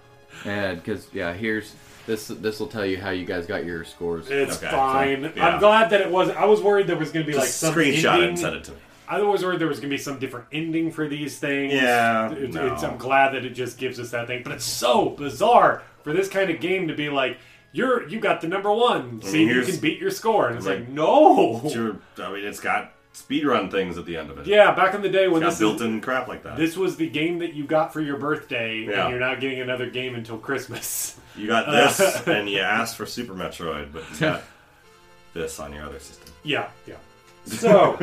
And because yeah, here's this this will tell you how you guys got your scores. (laughs) It's Okay, so, fine. yeah. I'm glad that it was. I was worried there was going to be like Just some screenshot it ending. and send it to me. I was worried there was going to be some different ending for these things. Yeah, It- no. it's, I'm glad that it just gives us that thing. But it's so bizarre for this kind of game to be like, you're you got the number one. See, if you Mm, here's- can beat your score, and it's like, Right. no. It's your- I mean, it's got speedrun things at the end of it. Yeah, back in the day when It's got this is- built-in crap like that. This was the game that you got for your birthday, Yeah. and you're not getting another game until Christmas. (laughs) you (laughs) got this, and you asked for Super Metroid, but you (laughs) got this on your other system. Yeah, (laughs) yeah. So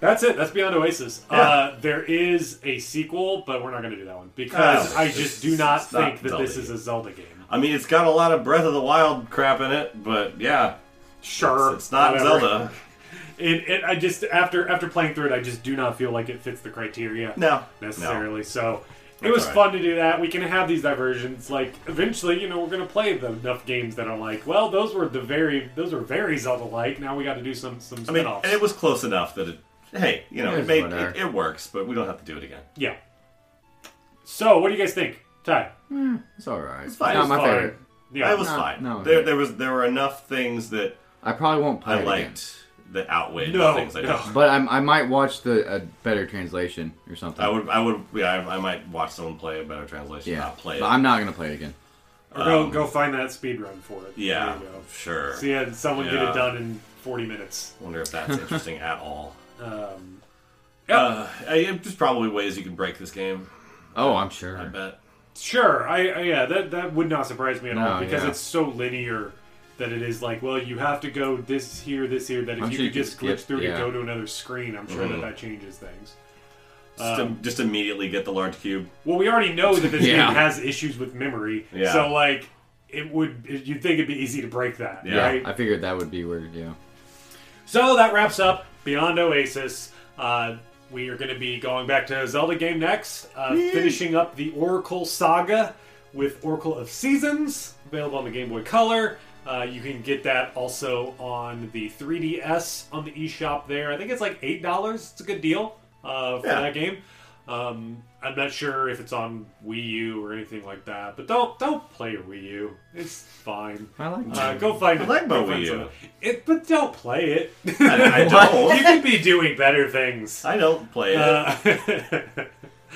that's it. That's Beyond Oasis. Uh, there is a sequel, but we're not going to do that one because Oh, I it's- just do not it's not think that this Zelda is a Zelda game. I mean, it's got a lot of Breath of the Wild crap in it, but yeah, Sure, it's not whatever. Zelda. It, it, I just after after playing through it, I just do not feel like it fits the criteria. No, necessarily. So it That's was all right. fun to do that. We can have these diversions. Like eventually, you know, we're gonna play the enough games that are like, well, those were the very those were very Zelda like. Now we got to do some some I mean, spinoffs. and it was close enough that it. Hey, you know, It it, is made whatever. it, it works, but we don't have to do it again. yeah. So what do you guys think, Ty? It's all right. It's fine, Not it's my fine. favorite. Yeah, It was No, fine. no, there, yeah. there was there were enough things that I probably won't play I it again. liked that outweighed No, the things I no. didn't. But I'm, I might watch the a better translation or something. I would, I would, yeah, I, I might watch someone play a better translation, yeah, not play it. but I'm not gonna play it again. Or go go find that speed run for it. Yeah, There you go. sure. See how someone get Yeah. it done in 40 minutes. Wonder if (laughs) that's interesting at all. Um, Uh, I- there's probably ways you can break this game. Oh, I'm sure. I bet. sure, I, I yeah, that that would not surprise me at all No, because yeah. it's so linear that it is like, well, you have to go this here, this here. That if I'm you sure could you just could glitch skip- through yeah. to go to another screen, I'm Mm-hmm. sure that that changes things. Just, Um, just immediately get the large (laughs) cube. Well, we already know that this Yeah. game has issues with memory, Yeah. so like it would you'd think it'd be easy to break that, Yeah. right? I figured that would be where, yeah. So that wraps up Beyond Oasis. Uh, we are going to be going back to Zelda game next, uh, finishing up the Oracle saga with Oracle of Seasons, available on the Game Boy Color. Uh, you can get that also on the 3DS on the eShop there. I think it's like $8. It's a good deal uh, for Yeah. that game. Um, I'm not sure if it's on Wii U or anything like that, but don't don't play your Wii U. It's fine. I like uh, go find I like my go find Wii U. something. It, but don't play it. (laughs) Oh, I, I you don't. could be doing better things. I don't play it. Uh,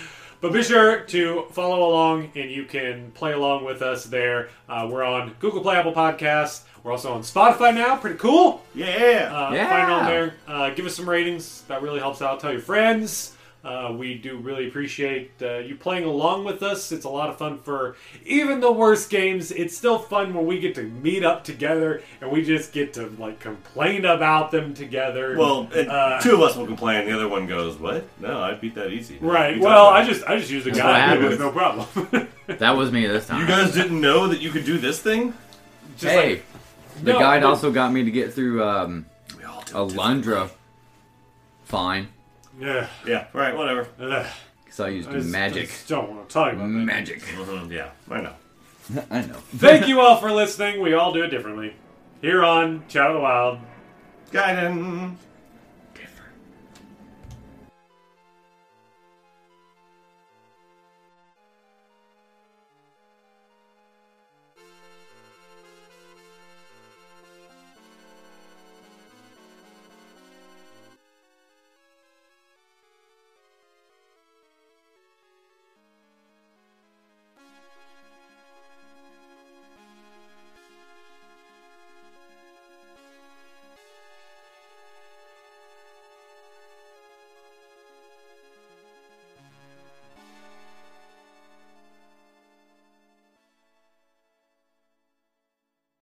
(laughs) but be sure to follow along and you can play along with us there. Uh, we're on Google Play, Apple Podcasts. We're also on Spotify now. Pretty cool. yeah. Uh, Yeah. Find it on there. Uh, give us some ratings. That really helps out. Tell your friends. Uh, we do really appreciate uh, you playing along with us. It's a lot of fun for even the worst games. It's still fun when we get to meet up together and we just get to like complain about them together. Well, it, Uh, two of us will complain. The other one goes, "What? No, I beat that easy." Right. You Well, talk about I it. just I just used a what guy. It was happens. no problem. (laughs) That was me this time. You guys didn't know that you could do this thing? just hey, like, the No, guide but- also got me to get through um, We all did. a Lundra fine yeah, Yeah. All right. Whatever. ugh, because I used I just- I magic. just don't want to talk about (laughs) that. Magic. Mhm, yeah. I know. I know. Thank you all for listening. We all do it differently. Here on Chat of the Wild. Guidance.